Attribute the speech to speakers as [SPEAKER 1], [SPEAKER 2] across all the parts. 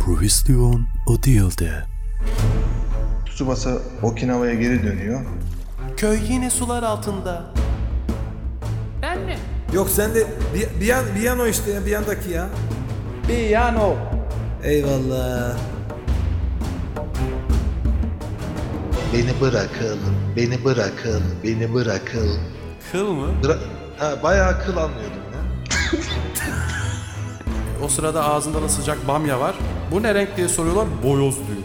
[SPEAKER 1] Provision o değildi.
[SPEAKER 2] Tsubasa Okinawa'ya geri dönüyor.
[SPEAKER 3] Köy yine sular altında.
[SPEAKER 4] Ben mi?
[SPEAKER 5] Yok sen de bir, bir yan bir yan o işte ya, bir yandaki ya.
[SPEAKER 6] Piyano.
[SPEAKER 5] Eyvallah.
[SPEAKER 7] Beni bırakın, beni bırakın, beni bırakın.
[SPEAKER 3] Kıl mı?
[SPEAKER 7] Bıra- ha, bayağı akıl anlıyordum ya.
[SPEAKER 3] O sırada ağzında da sıcak bamya var. Bu ne renk diye soruyorlar. Boyoz diyor.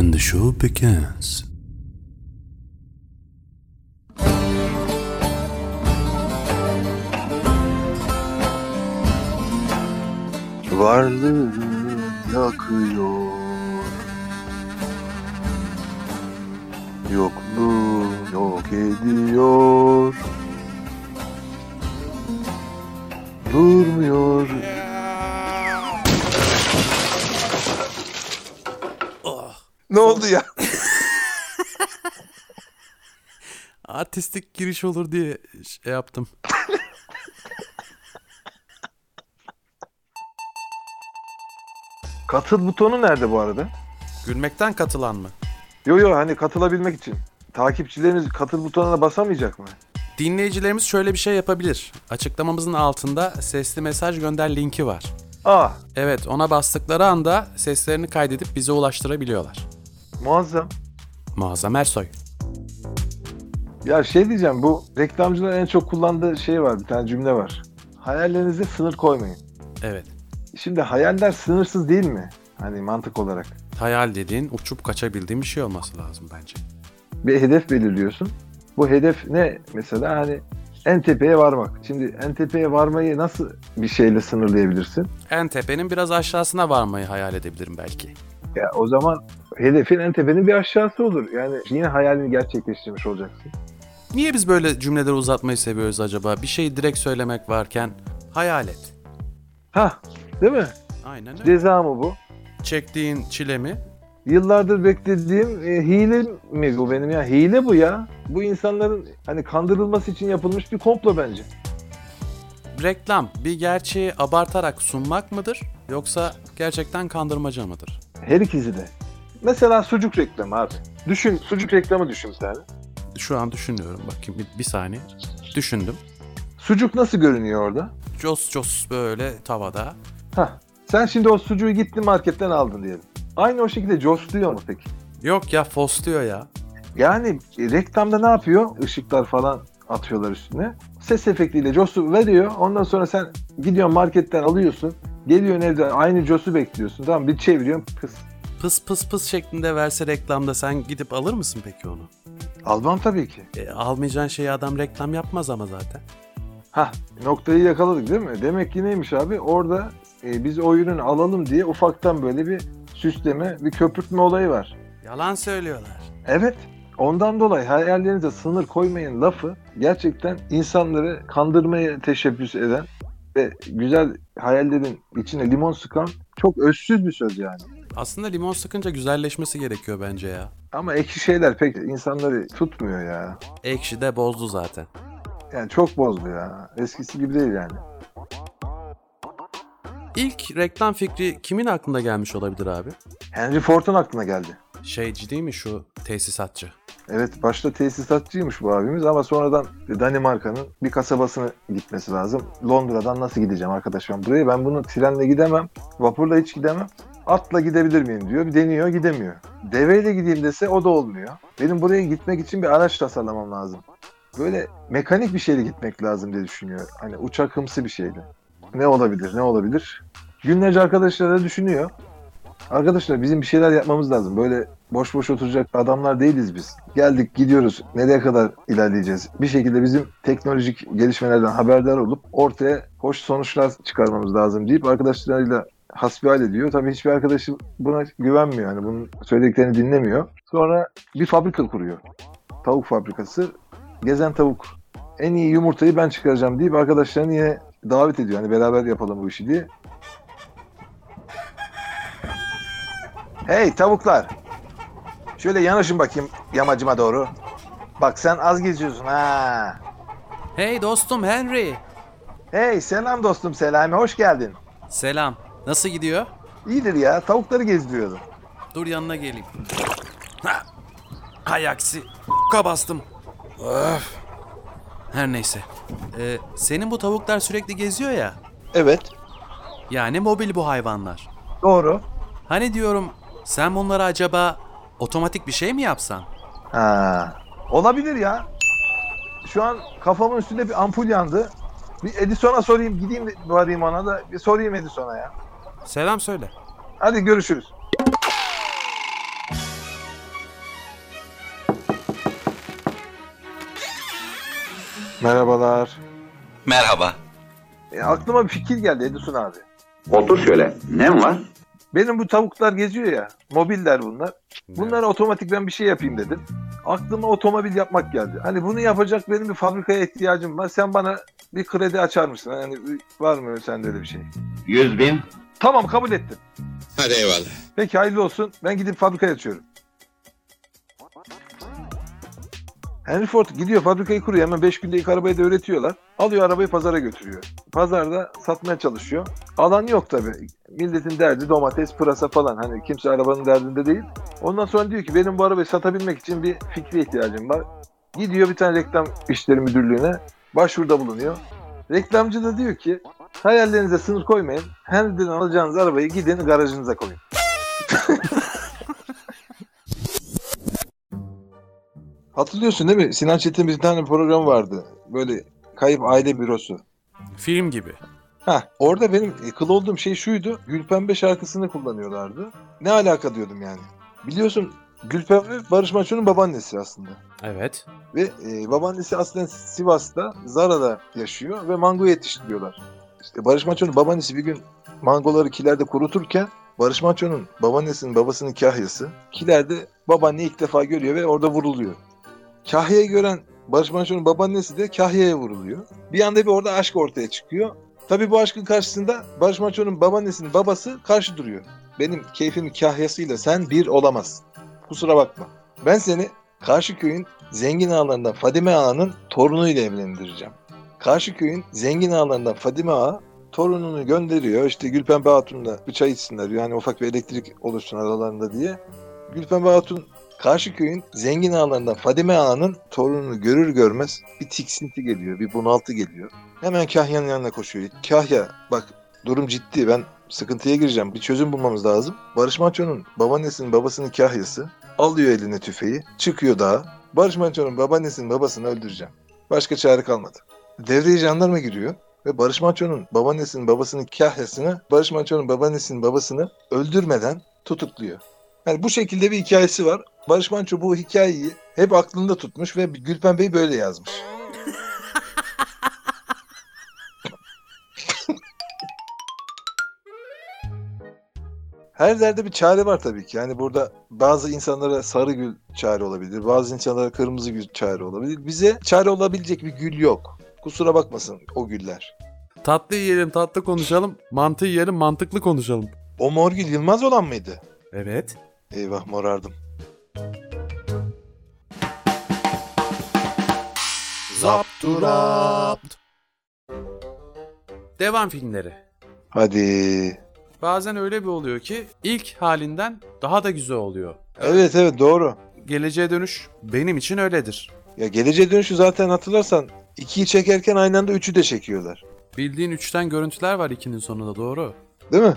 [SPEAKER 1] And the show begins.
[SPEAKER 7] Varlığım yakıyor. Yokluğum yok ediyor. Durmuyor.
[SPEAKER 2] Ne oldu ya?
[SPEAKER 3] Artistik giriş olur diye şey yaptım.
[SPEAKER 2] Katıl butonu nerede bu arada?
[SPEAKER 3] Gülmekten katılan mı?
[SPEAKER 2] Yo yo hani katılabilmek için. Takipçileriniz katıl butonuna basamayacak mı?
[SPEAKER 3] Dinleyicilerimiz şöyle bir şey yapabilir. Açıklamamızın altında sesli mesaj gönder linki var.
[SPEAKER 2] Aa
[SPEAKER 3] Evet ona bastıkları anda seslerini kaydedip bize ulaştırabiliyorlar.
[SPEAKER 2] muazzam.
[SPEAKER 3] Muazzam Ersoy.
[SPEAKER 2] Ya şey diyeceğim bu reklamcıların en çok kullandığı şey var bir tane cümle var. Hayallerinize sınır koymayın.
[SPEAKER 3] Evet.
[SPEAKER 2] Şimdi hayaller sınırsız değil mi? Hani mantık olarak.
[SPEAKER 3] Hayal dediğin uçup kaçabildiğin bir şey olması lazım bence.
[SPEAKER 2] bir hedef belirliyorsun. Bu hedef ne mesela hani en tepeye varmak. Şimdi en tepeye varmayı nasıl bir şeyle sınırlayabilirsin?
[SPEAKER 3] En tepenin biraz aşağısına varmayı hayal edebilirim belki.
[SPEAKER 2] Ya o zaman hedefin en tepenin bir aşağısı olur. Yani yine hayalini gerçekleştirmiş olacaksın.
[SPEAKER 3] Niye biz böyle cümleleri uzatmayı seviyoruz acaba? Bir şeyi direkt söylemek varken hayal et.
[SPEAKER 2] Ha, değil mi?
[SPEAKER 3] Aynen öyle.
[SPEAKER 2] Ceza mı bu?
[SPEAKER 3] Çektiğin çile mi?
[SPEAKER 2] Yıllardır beklediğim e, hile mi bu benim ya? Hile bu ya. Bu insanların hani kandırılması için yapılmış bir komplo bence.
[SPEAKER 3] Reklam bir gerçeği abartarak sunmak mıdır? Yoksa gerçekten kandırmaca mıdır?
[SPEAKER 2] Her ikisi de. Mesela sucuk reklamı abi. Düşün, sucuk reklamı düşün bir tane.
[SPEAKER 3] Şu an düşünüyorum. Bakayım bir, bir saniye. Düşündüm.
[SPEAKER 2] Sucuk nasıl görünüyor orada?
[SPEAKER 3] Cos cos böyle tavada.
[SPEAKER 2] Hah. Sen şimdi o sucuğu gittin marketten aldın diyelim. Aynı o şekilde cosluyor mu peki?
[SPEAKER 3] Yok ya fosluyor ya.
[SPEAKER 2] Yani e, reklamda ne yapıyor? Işıklar falan atıyorlar üstüne. Ses efektiyle cosu veriyor. Ondan sonra sen gidiyorsun marketten alıyorsun. Geliyorsun evde aynı cosu bekliyorsun. Tamam bir çeviriyorsun kız.
[SPEAKER 3] Pıs pıs pıs şeklinde verse reklamda sen gidip alır mısın peki onu?
[SPEAKER 2] Almam tabii ki.
[SPEAKER 3] E, almayacağın şeyi adam reklam yapmaz ama zaten.
[SPEAKER 2] Hah noktayı yakaladık değil mi? Demek ki neymiş abi? Orada e, biz o ürünü alalım diye ufaktan böyle bir süsleme, bir köpürtme olayı var.
[SPEAKER 3] Yalan söylüyorlar.
[SPEAKER 2] Evet. Ondan dolayı hayallerinize sınır koymayın lafı gerçekten insanları kandırmaya teşebbüs eden ve güzel hayallerin içine limon sıkan çok özsüz bir söz yani.
[SPEAKER 3] Aslında limon sıkınca güzelleşmesi gerekiyor bence ya.
[SPEAKER 2] Ama ekşi şeyler pek insanları tutmuyor ya.
[SPEAKER 3] Ekşi de bozdu zaten.
[SPEAKER 2] Yani çok bozdu ya. Eskisi gibi değil yani.
[SPEAKER 3] İlk reklam fikri kimin aklına gelmiş olabilir abi?
[SPEAKER 2] Henry Ford'un aklına geldi.
[SPEAKER 3] Şeyci değil mi şu tesisatçı?
[SPEAKER 2] Evet başta tesisatçıymış bu abimiz ama sonradan Danimarka'nın bir kasabasına gitmesi lazım. Londra'dan nasıl gideceğim arkadaş ben buraya? Ben bunu trenle gidemem, vapurla hiç gidemem. Atla gidebilir miyim diyor. Bir deniyor gidemiyor. Deveyle gideyim dese o da olmuyor. Benim buraya gitmek için bir araç tasarlamam lazım. Böyle mekanik bir şeyle gitmek lazım diye düşünüyor. Hani uçakımsı bir şeyle. Ne olabilir, ne olabilir? Günlerce arkadaşları da düşünüyor. Arkadaşlar bizim bir şeyler yapmamız lazım. Böyle boş boş oturacak adamlar değiliz biz. Geldik gidiyoruz. Nereye kadar ilerleyeceğiz? Bir şekilde bizim teknolojik gelişmelerden haberdar olup ortaya hoş sonuçlar çıkarmamız lazım deyip arkadaşlarıyla hasbihal ediyor. Tabii hiçbir arkadaşı buna güvenmiyor. Hani bunun söylediklerini dinlemiyor. Sonra bir fabrika kuruyor. Tavuk fabrikası. Gezen tavuk. En iyi yumurtayı ben çıkaracağım deyip arkadaşlarını yine davet ediyor. Hani beraber yapalım bu işi diye. Hey tavuklar. Şöyle yanaşın bakayım yamacıma doğru. Bak sen az geziyorsun ha.
[SPEAKER 3] Hey dostum Henry.
[SPEAKER 2] Hey selam dostum Selami hoş geldin.
[SPEAKER 3] Selam. Nasıl gidiyor?
[SPEAKER 2] İyidir ya. Tavukları gezdiriyordu.
[SPEAKER 3] Dur yanına geleyim. Ha! Hay aksi. Ka bastım. Öf. Her neyse. Ee, senin bu tavuklar sürekli geziyor ya.
[SPEAKER 2] Evet.
[SPEAKER 3] Yani mobil bu hayvanlar.
[SPEAKER 2] Doğru.
[SPEAKER 3] Hani diyorum sen bunlara acaba otomatik bir şey mi yapsan?
[SPEAKER 2] Ha. Olabilir ya. Şu an kafamın üstünde bir ampul yandı. Bir Edison'a sorayım. Gideyim de varayım ona da. Bir sorayım Edison'a ya.
[SPEAKER 3] Selam söyle.
[SPEAKER 2] Hadi görüşürüz. Merhabalar.
[SPEAKER 8] Merhaba.
[SPEAKER 2] E, aklıma bir fikir geldi Edison abi.
[SPEAKER 9] Otur şöyle. Ne var?
[SPEAKER 2] Benim bu tavuklar geziyor ya. Mobiller bunlar. Bunlara otomatik ben bir şey yapayım dedim. Aklıma otomobil yapmak geldi. Hani bunu yapacak benim bir fabrikaya ihtiyacım var. Sen bana bir kredi açar mısın? Hani var mı sende de bir şey?
[SPEAKER 9] Yüz bin.
[SPEAKER 2] Tamam kabul ettim.
[SPEAKER 8] Hadi eyvallah.
[SPEAKER 2] Peki hayırlı olsun. Ben gidip fabrikaya açıyorum. Henry Ford gidiyor fabrikayı kuruyor. Hemen 5 günde ilk arabayı da öğretiyorlar. Alıyor arabayı pazara götürüyor. Pazarda satmaya çalışıyor. Alan yok tabii. Milletin derdi domates, pırasa falan. Hani kimse arabanın derdinde değil. Ondan sonra diyor ki benim bu arabayı satabilmek için bir fikre ihtiyacım var. Gidiyor bir tane reklam işleri müdürlüğüne. Başvuruda bulunuyor. Reklamcı da diyor ki hayallerinize sınır koymayın. Henry'den alacağınız arabayı gidin garajınıza koyun. Hatırlıyorsun değil mi? Sinan Çetin bir tane program vardı. Böyle kayıp aile bürosu.
[SPEAKER 3] Film gibi.
[SPEAKER 2] Hah orada benim kıl olduğum şey şuydu. Gülpembe şarkısını kullanıyorlardı. Ne alaka diyordum yani. Biliyorsun Gülpembe Barış Manço'nun babaannesi aslında.
[SPEAKER 3] Evet.
[SPEAKER 2] Ve e, babaannesi aslında Sivas'ta Zara'da yaşıyor ve mango yetiştiriyorlar. İşte Barış Manço'nun babaannesi bir gün mangoları kilerde kuruturken Barış Manço'nun babaannesinin babasının kahyası kilerde babaanneyi ilk defa görüyor ve orada vuruluyor. Kahyayı gören Barış Manço'nun babaannesi de kahyaya vuruluyor. Bir anda bir orada aşk ortaya çıkıyor. Tabii bu aşkın karşısında Barış Manço'nun babaannesinin babası karşı duruyor. Benim keyfimin kahyasıyla sen bir olamazsın. Kusura bakma. Ben seni karşı köyün zengin ağalarından Fadime Ağa'nın torunuyla evlendireceğim. Karşı köyün zengin ağalarından Fadime Ağa torununu gönderiyor. İşte Gülpembe Hatun'la bir çay içsinler diyor. Yani ufak bir elektrik oluşsun aralarında diye. Gülpembe Hatun karşı köyün zengin ağalarından Fadime Ağa'nın torununu görür görmez bir tiksinti geliyor, bir bunaltı geliyor. Hemen Kahya'nın yanına koşuyor. Kahya bak durum ciddi ben sıkıntıya gireceğim. Bir çözüm bulmamız lazım. Barış Manço'nun babaannesinin babasının Kahya'sı alıyor eline tüfeği, çıkıyor dağa. Barış Manço'nun babaannesinin babasını öldüreceğim. Başka çare kalmadı. Devreye jandarma giriyor ve Barış Manço'nun babaannesinin babasının kahyasını, Barış Manço'nun babaannesinin babasını öldürmeden tutukluyor. Yani bu şekilde bir hikayesi var. Barış Manço bu hikayeyi hep aklında tutmuş ve Gülpembe'yi böyle yazmış. Her derde bir çare var tabii ki. Yani burada bazı insanlara sarı gül çare olabilir. Bazı insanlara kırmızı gül çare olabilir. Bize çare olabilecek bir gül yok. Kusura bakmasın o güller.
[SPEAKER 3] Tatlı yiyelim, tatlı konuşalım. Mantı yiyelim, mantıklı konuşalım.
[SPEAKER 2] O mor gül Yılmaz olan mıydı?
[SPEAKER 3] Evet.
[SPEAKER 2] Eyvah morardım.
[SPEAKER 3] Zapturapt. Devam filmleri.
[SPEAKER 2] Hadi.
[SPEAKER 3] Bazen öyle bir oluyor ki ilk halinden daha da güzel oluyor.
[SPEAKER 2] Evet evet doğru.
[SPEAKER 3] Geleceğe dönüş benim için öyledir.
[SPEAKER 2] Ya geleceğe dönüşü zaten hatırlarsan ikiyi çekerken aynı anda üçü de çekiyorlar.
[SPEAKER 3] Bildiğin üçten görüntüler var ikinin sonunda doğru.
[SPEAKER 2] Değil mi?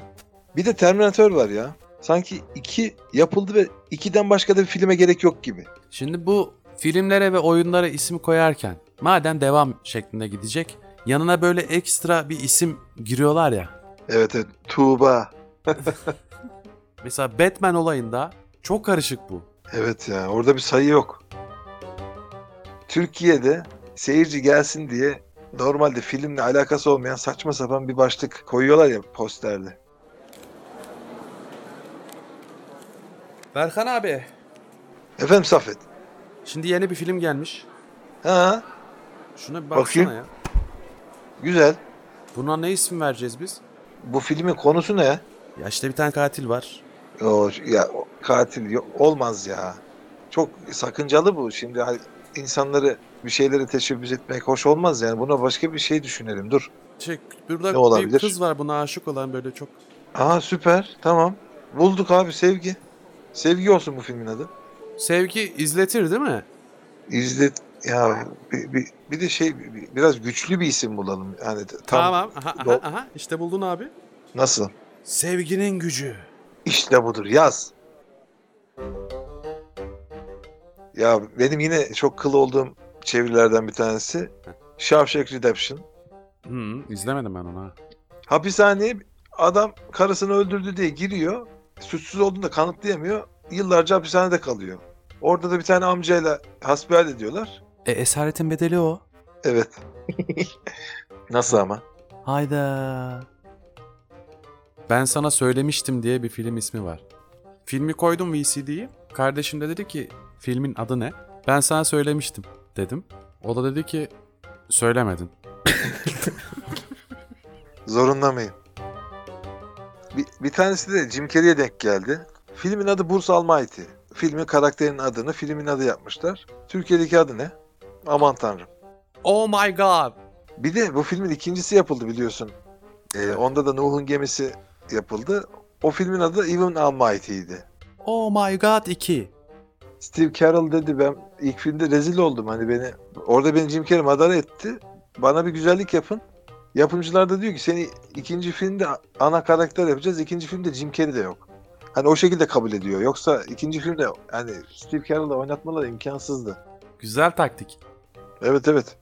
[SPEAKER 2] Bir de Terminator var ya. Sanki iki yapıldı ve ikiden başka da bir filme gerek yok gibi.
[SPEAKER 3] Şimdi bu filmlere ve oyunlara isim koyarken madem devam şeklinde gidecek yanına böyle ekstra bir isim giriyorlar ya.
[SPEAKER 2] Evet evet. Tuğba.
[SPEAKER 3] Mesela Batman olayında çok karışık bu.
[SPEAKER 2] Evet ya orada bir sayı yok. Türkiye'de seyirci gelsin diye normalde filmle alakası olmayan saçma sapan bir başlık koyuyorlar ya posterde.
[SPEAKER 3] Berkan abi
[SPEAKER 2] Efendim Safet.
[SPEAKER 3] şimdi yeni bir film gelmiş.
[SPEAKER 2] Ha
[SPEAKER 3] Şuna bir baksana
[SPEAKER 2] Bakayım.
[SPEAKER 3] ya.
[SPEAKER 2] güzel.
[SPEAKER 3] Buna ne isim vereceğiz biz?
[SPEAKER 2] Bu filmin konusu ne?
[SPEAKER 3] Ya işte bir tane katil var.
[SPEAKER 2] O, ya o katil yok, olmaz ya. Çok sakıncalı bu. Şimdi hani insanları bir şeylere teşebbüs etmek hoş olmaz yani. Buna başka bir şey düşünelim. Dur.
[SPEAKER 3] Şey, burada
[SPEAKER 2] Ne olabilir?
[SPEAKER 3] bir kız var buna aşık olan böyle çok
[SPEAKER 2] Aha süper. Tamam. Bulduk abi sevgi. Sevgi olsun bu filmin adı.
[SPEAKER 3] Sevgi izletir değil mi?
[SPEAKER 2] İzlet ya bir, bir, bir de şey bir- bir- biraz güçlü bir isim bulalım. Yani tam
[SPEAKER 3] Tamam. Aha, aha,
[SPEAKER 2] Do-
[SPEAKER 3] aha. İşte buldun abi.
[SPEAKER 2] nasıl?
[SPEAKER 3] Sevginin gücü.
[SPEAKER 2] İşte budur yaz. Ya benim yine çok kıl olduğum çevirilerden bir tanesi Shawshank Redemption.
[SPEAKER 3] Hı, Hmm, izlemedim ben onu. ha.
[SPEAKER 2] Hapishaneye adam karısını öldürdü diye giriyor. Suçsuz olduğunu da kanıtlayamıyor. Yıllarca hapishanede kalıyor. Orada da bir tane amcayla hasbihal ediyorlar.
[SPEAKER 3] E, esaretin bedeli o.
[SPEAKER 2] Evet. Nasıl ama?
[SPEAKER 3] Hayda. Ben sana söylemiştim diye bir film ismi var. Filmi koydum VCD'yi. Kardeşim de dedi ki filmin adı ne? Ben sana söylemiştim dedim. O da dedi ki söylemedin.
[SPEAKER 2] Zorunda mıyım? Bir, bir tanesi de Jim Carrey'e denk geldi. Filmin adı Bursa Almighty. Filmin karakterinin adını filmin adı yapmışlar. Türkiye'deki adı ne? Aman tanrım.
[SPEAKER 3] Oh my god.
[SPEAKER 2] Bir de bu filmin ikincisi yapıldı biliyorsun. Ee, onda da Nuh'un gemisi yapıldı. O filmin adı Even Almighty'ydi.
[SPEAKER 3] Oh my god 2.
[SPEAKER 2] Steve Carell dedi ben ilk filmde rezil oldum hani beni orada beni Jim Carrey madara etti. Bana bir güzellik yapın. Yapımcılar da diyor ki seni ikinci filmde ana karakter yapacağız. İkinci filmde Jim Carrey de yok. Hani o şekilde kabul ediyor. Yoksa ikinci filmde hani Steve Carell'ı oynatmaları imkansızdı.
[SPEAKER 3] Güzel taktik.
[SPEAKER 2] Evet evet.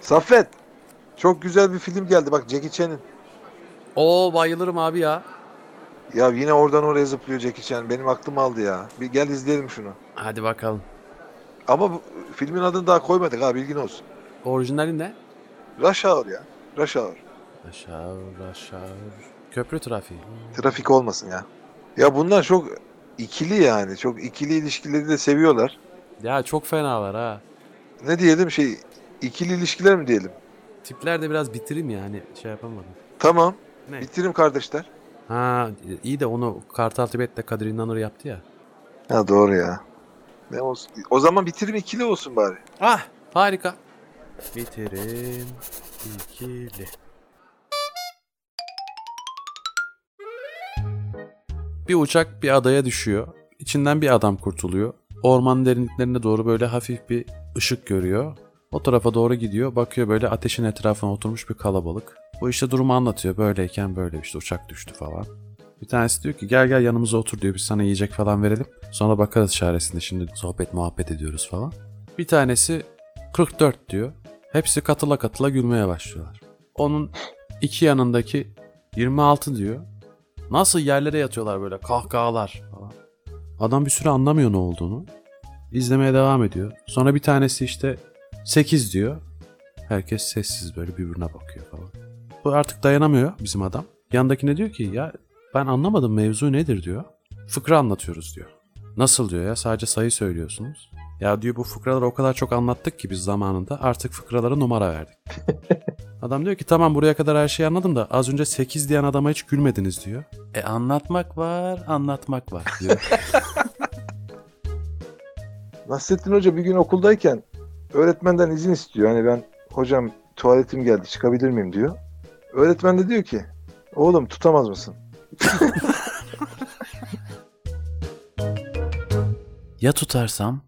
[SPEAKER 2] Saffet. Çok güzel bir film geldi. Bak Jackie Chan'in.
[SPEAKER 3] Oo bayılırım abi ya.
[SPEAKER 2] Ya yine oradan oraya zıplıyor Jackie Chan. Benim aklım aldı ya. Bir gel izleyelim şunu.
[SPEAKER 3] Hadi bakalım.
[SPEAKER 2] Ama bu, filmin adını daha koymadık ha bilgin olsun.
[SPEAKER 3] Orijinali ne?
[SPEAKER 2] Rush Hour ya. Rush Hour.
[SPEAKER 3] Aşağı aşağı. Köprü trafiği.
[SPEAKER 2] Trafik olmasın ya. Ya bunlar çok ikili yani. Çok ikili ilişkileri de seviyorlar.
[SPEAKER 3] Ya çok fenalar ha.
[SPEAKER 2] Ne diyelim şey ikili ilişkiler mi diyelim?
[SPEAKER 3] Tipler de biraz bitireyim ya hani şey yapamadım.
[SPEAKER 2] Tamam.
[SPEAKER 3] Ne?
[SPEAKER 2] Bitirim kardeşler.
[SPEAKER 3] Ha iyi de onu Kartal Tibet'te Kadir İnanır yaptı ya.
[SPEAKER 2] Ha doğru ya. Ne olsun? O zaman bitirim ikili olsun bari.
[SPEAKER 3] Ah harika. Bitirim ikili. Bir uçak bir adaya düşüyor. İçinden bir adam kurtuluyor. Orman derinliklerine doğru böyle hafif bir ışık görüyor. O tarafa doğru gidiyor. Bakıyor böyle ateşin etrafına oturmuş bir kalabalık. Bu işte durumu anlatıyor. Böyleyken böyle işte uçak düştü falan. Bir tanesi diyor ki gel gel yanımıza otur diyor. Biz sana yiyecek falan verelim. Sonra bakarız çaresinde. Şimdi sohbet muhabbet ediyoruz falan. Bir tanesi 44 diyor. Hepsi katıla katıla gülmeye başlıyorlar. Onun iki yanındaki 26 diyor. Nasıl yerlere yatıyorlar böyle kahkahalar falan. Adam bir süre anlamıyor ne olduğunu. İzlemeye devam ediyor. Sonra bir tanesi işte 8 diyor. Herkes sessiz böyle birbirine bakıyor falan. Bu artık dayanamıyor bizim adam. Yandakine diyor ki ya ben anlamadım mevzu nedir diyor. Fıkra anlatıyoruz diyor. Nasıl diyor ya sadece sayı söylüyorsunuz. Ya diyor bu fıkraları o kadar çok anlattık ki biz zamanında artık fıkralara numara verdik. Adam diyor ki tamam buraya kadar her şeyi anladım da az önce 8 diyen adama hiç gülmediniz diyor. E anlatmak var anlatmak var diyor.
[SPEAKER 2] Nasrettin Hoca bir gün okuldayken öğretmenden izin istiyor. Hani ben hocam tuvaletim geldi çıkabilir miyim diyor. Öğretmen de diyor ki oğlum tutamaz mısın?
[SPEAKER 3] ya tutarsam?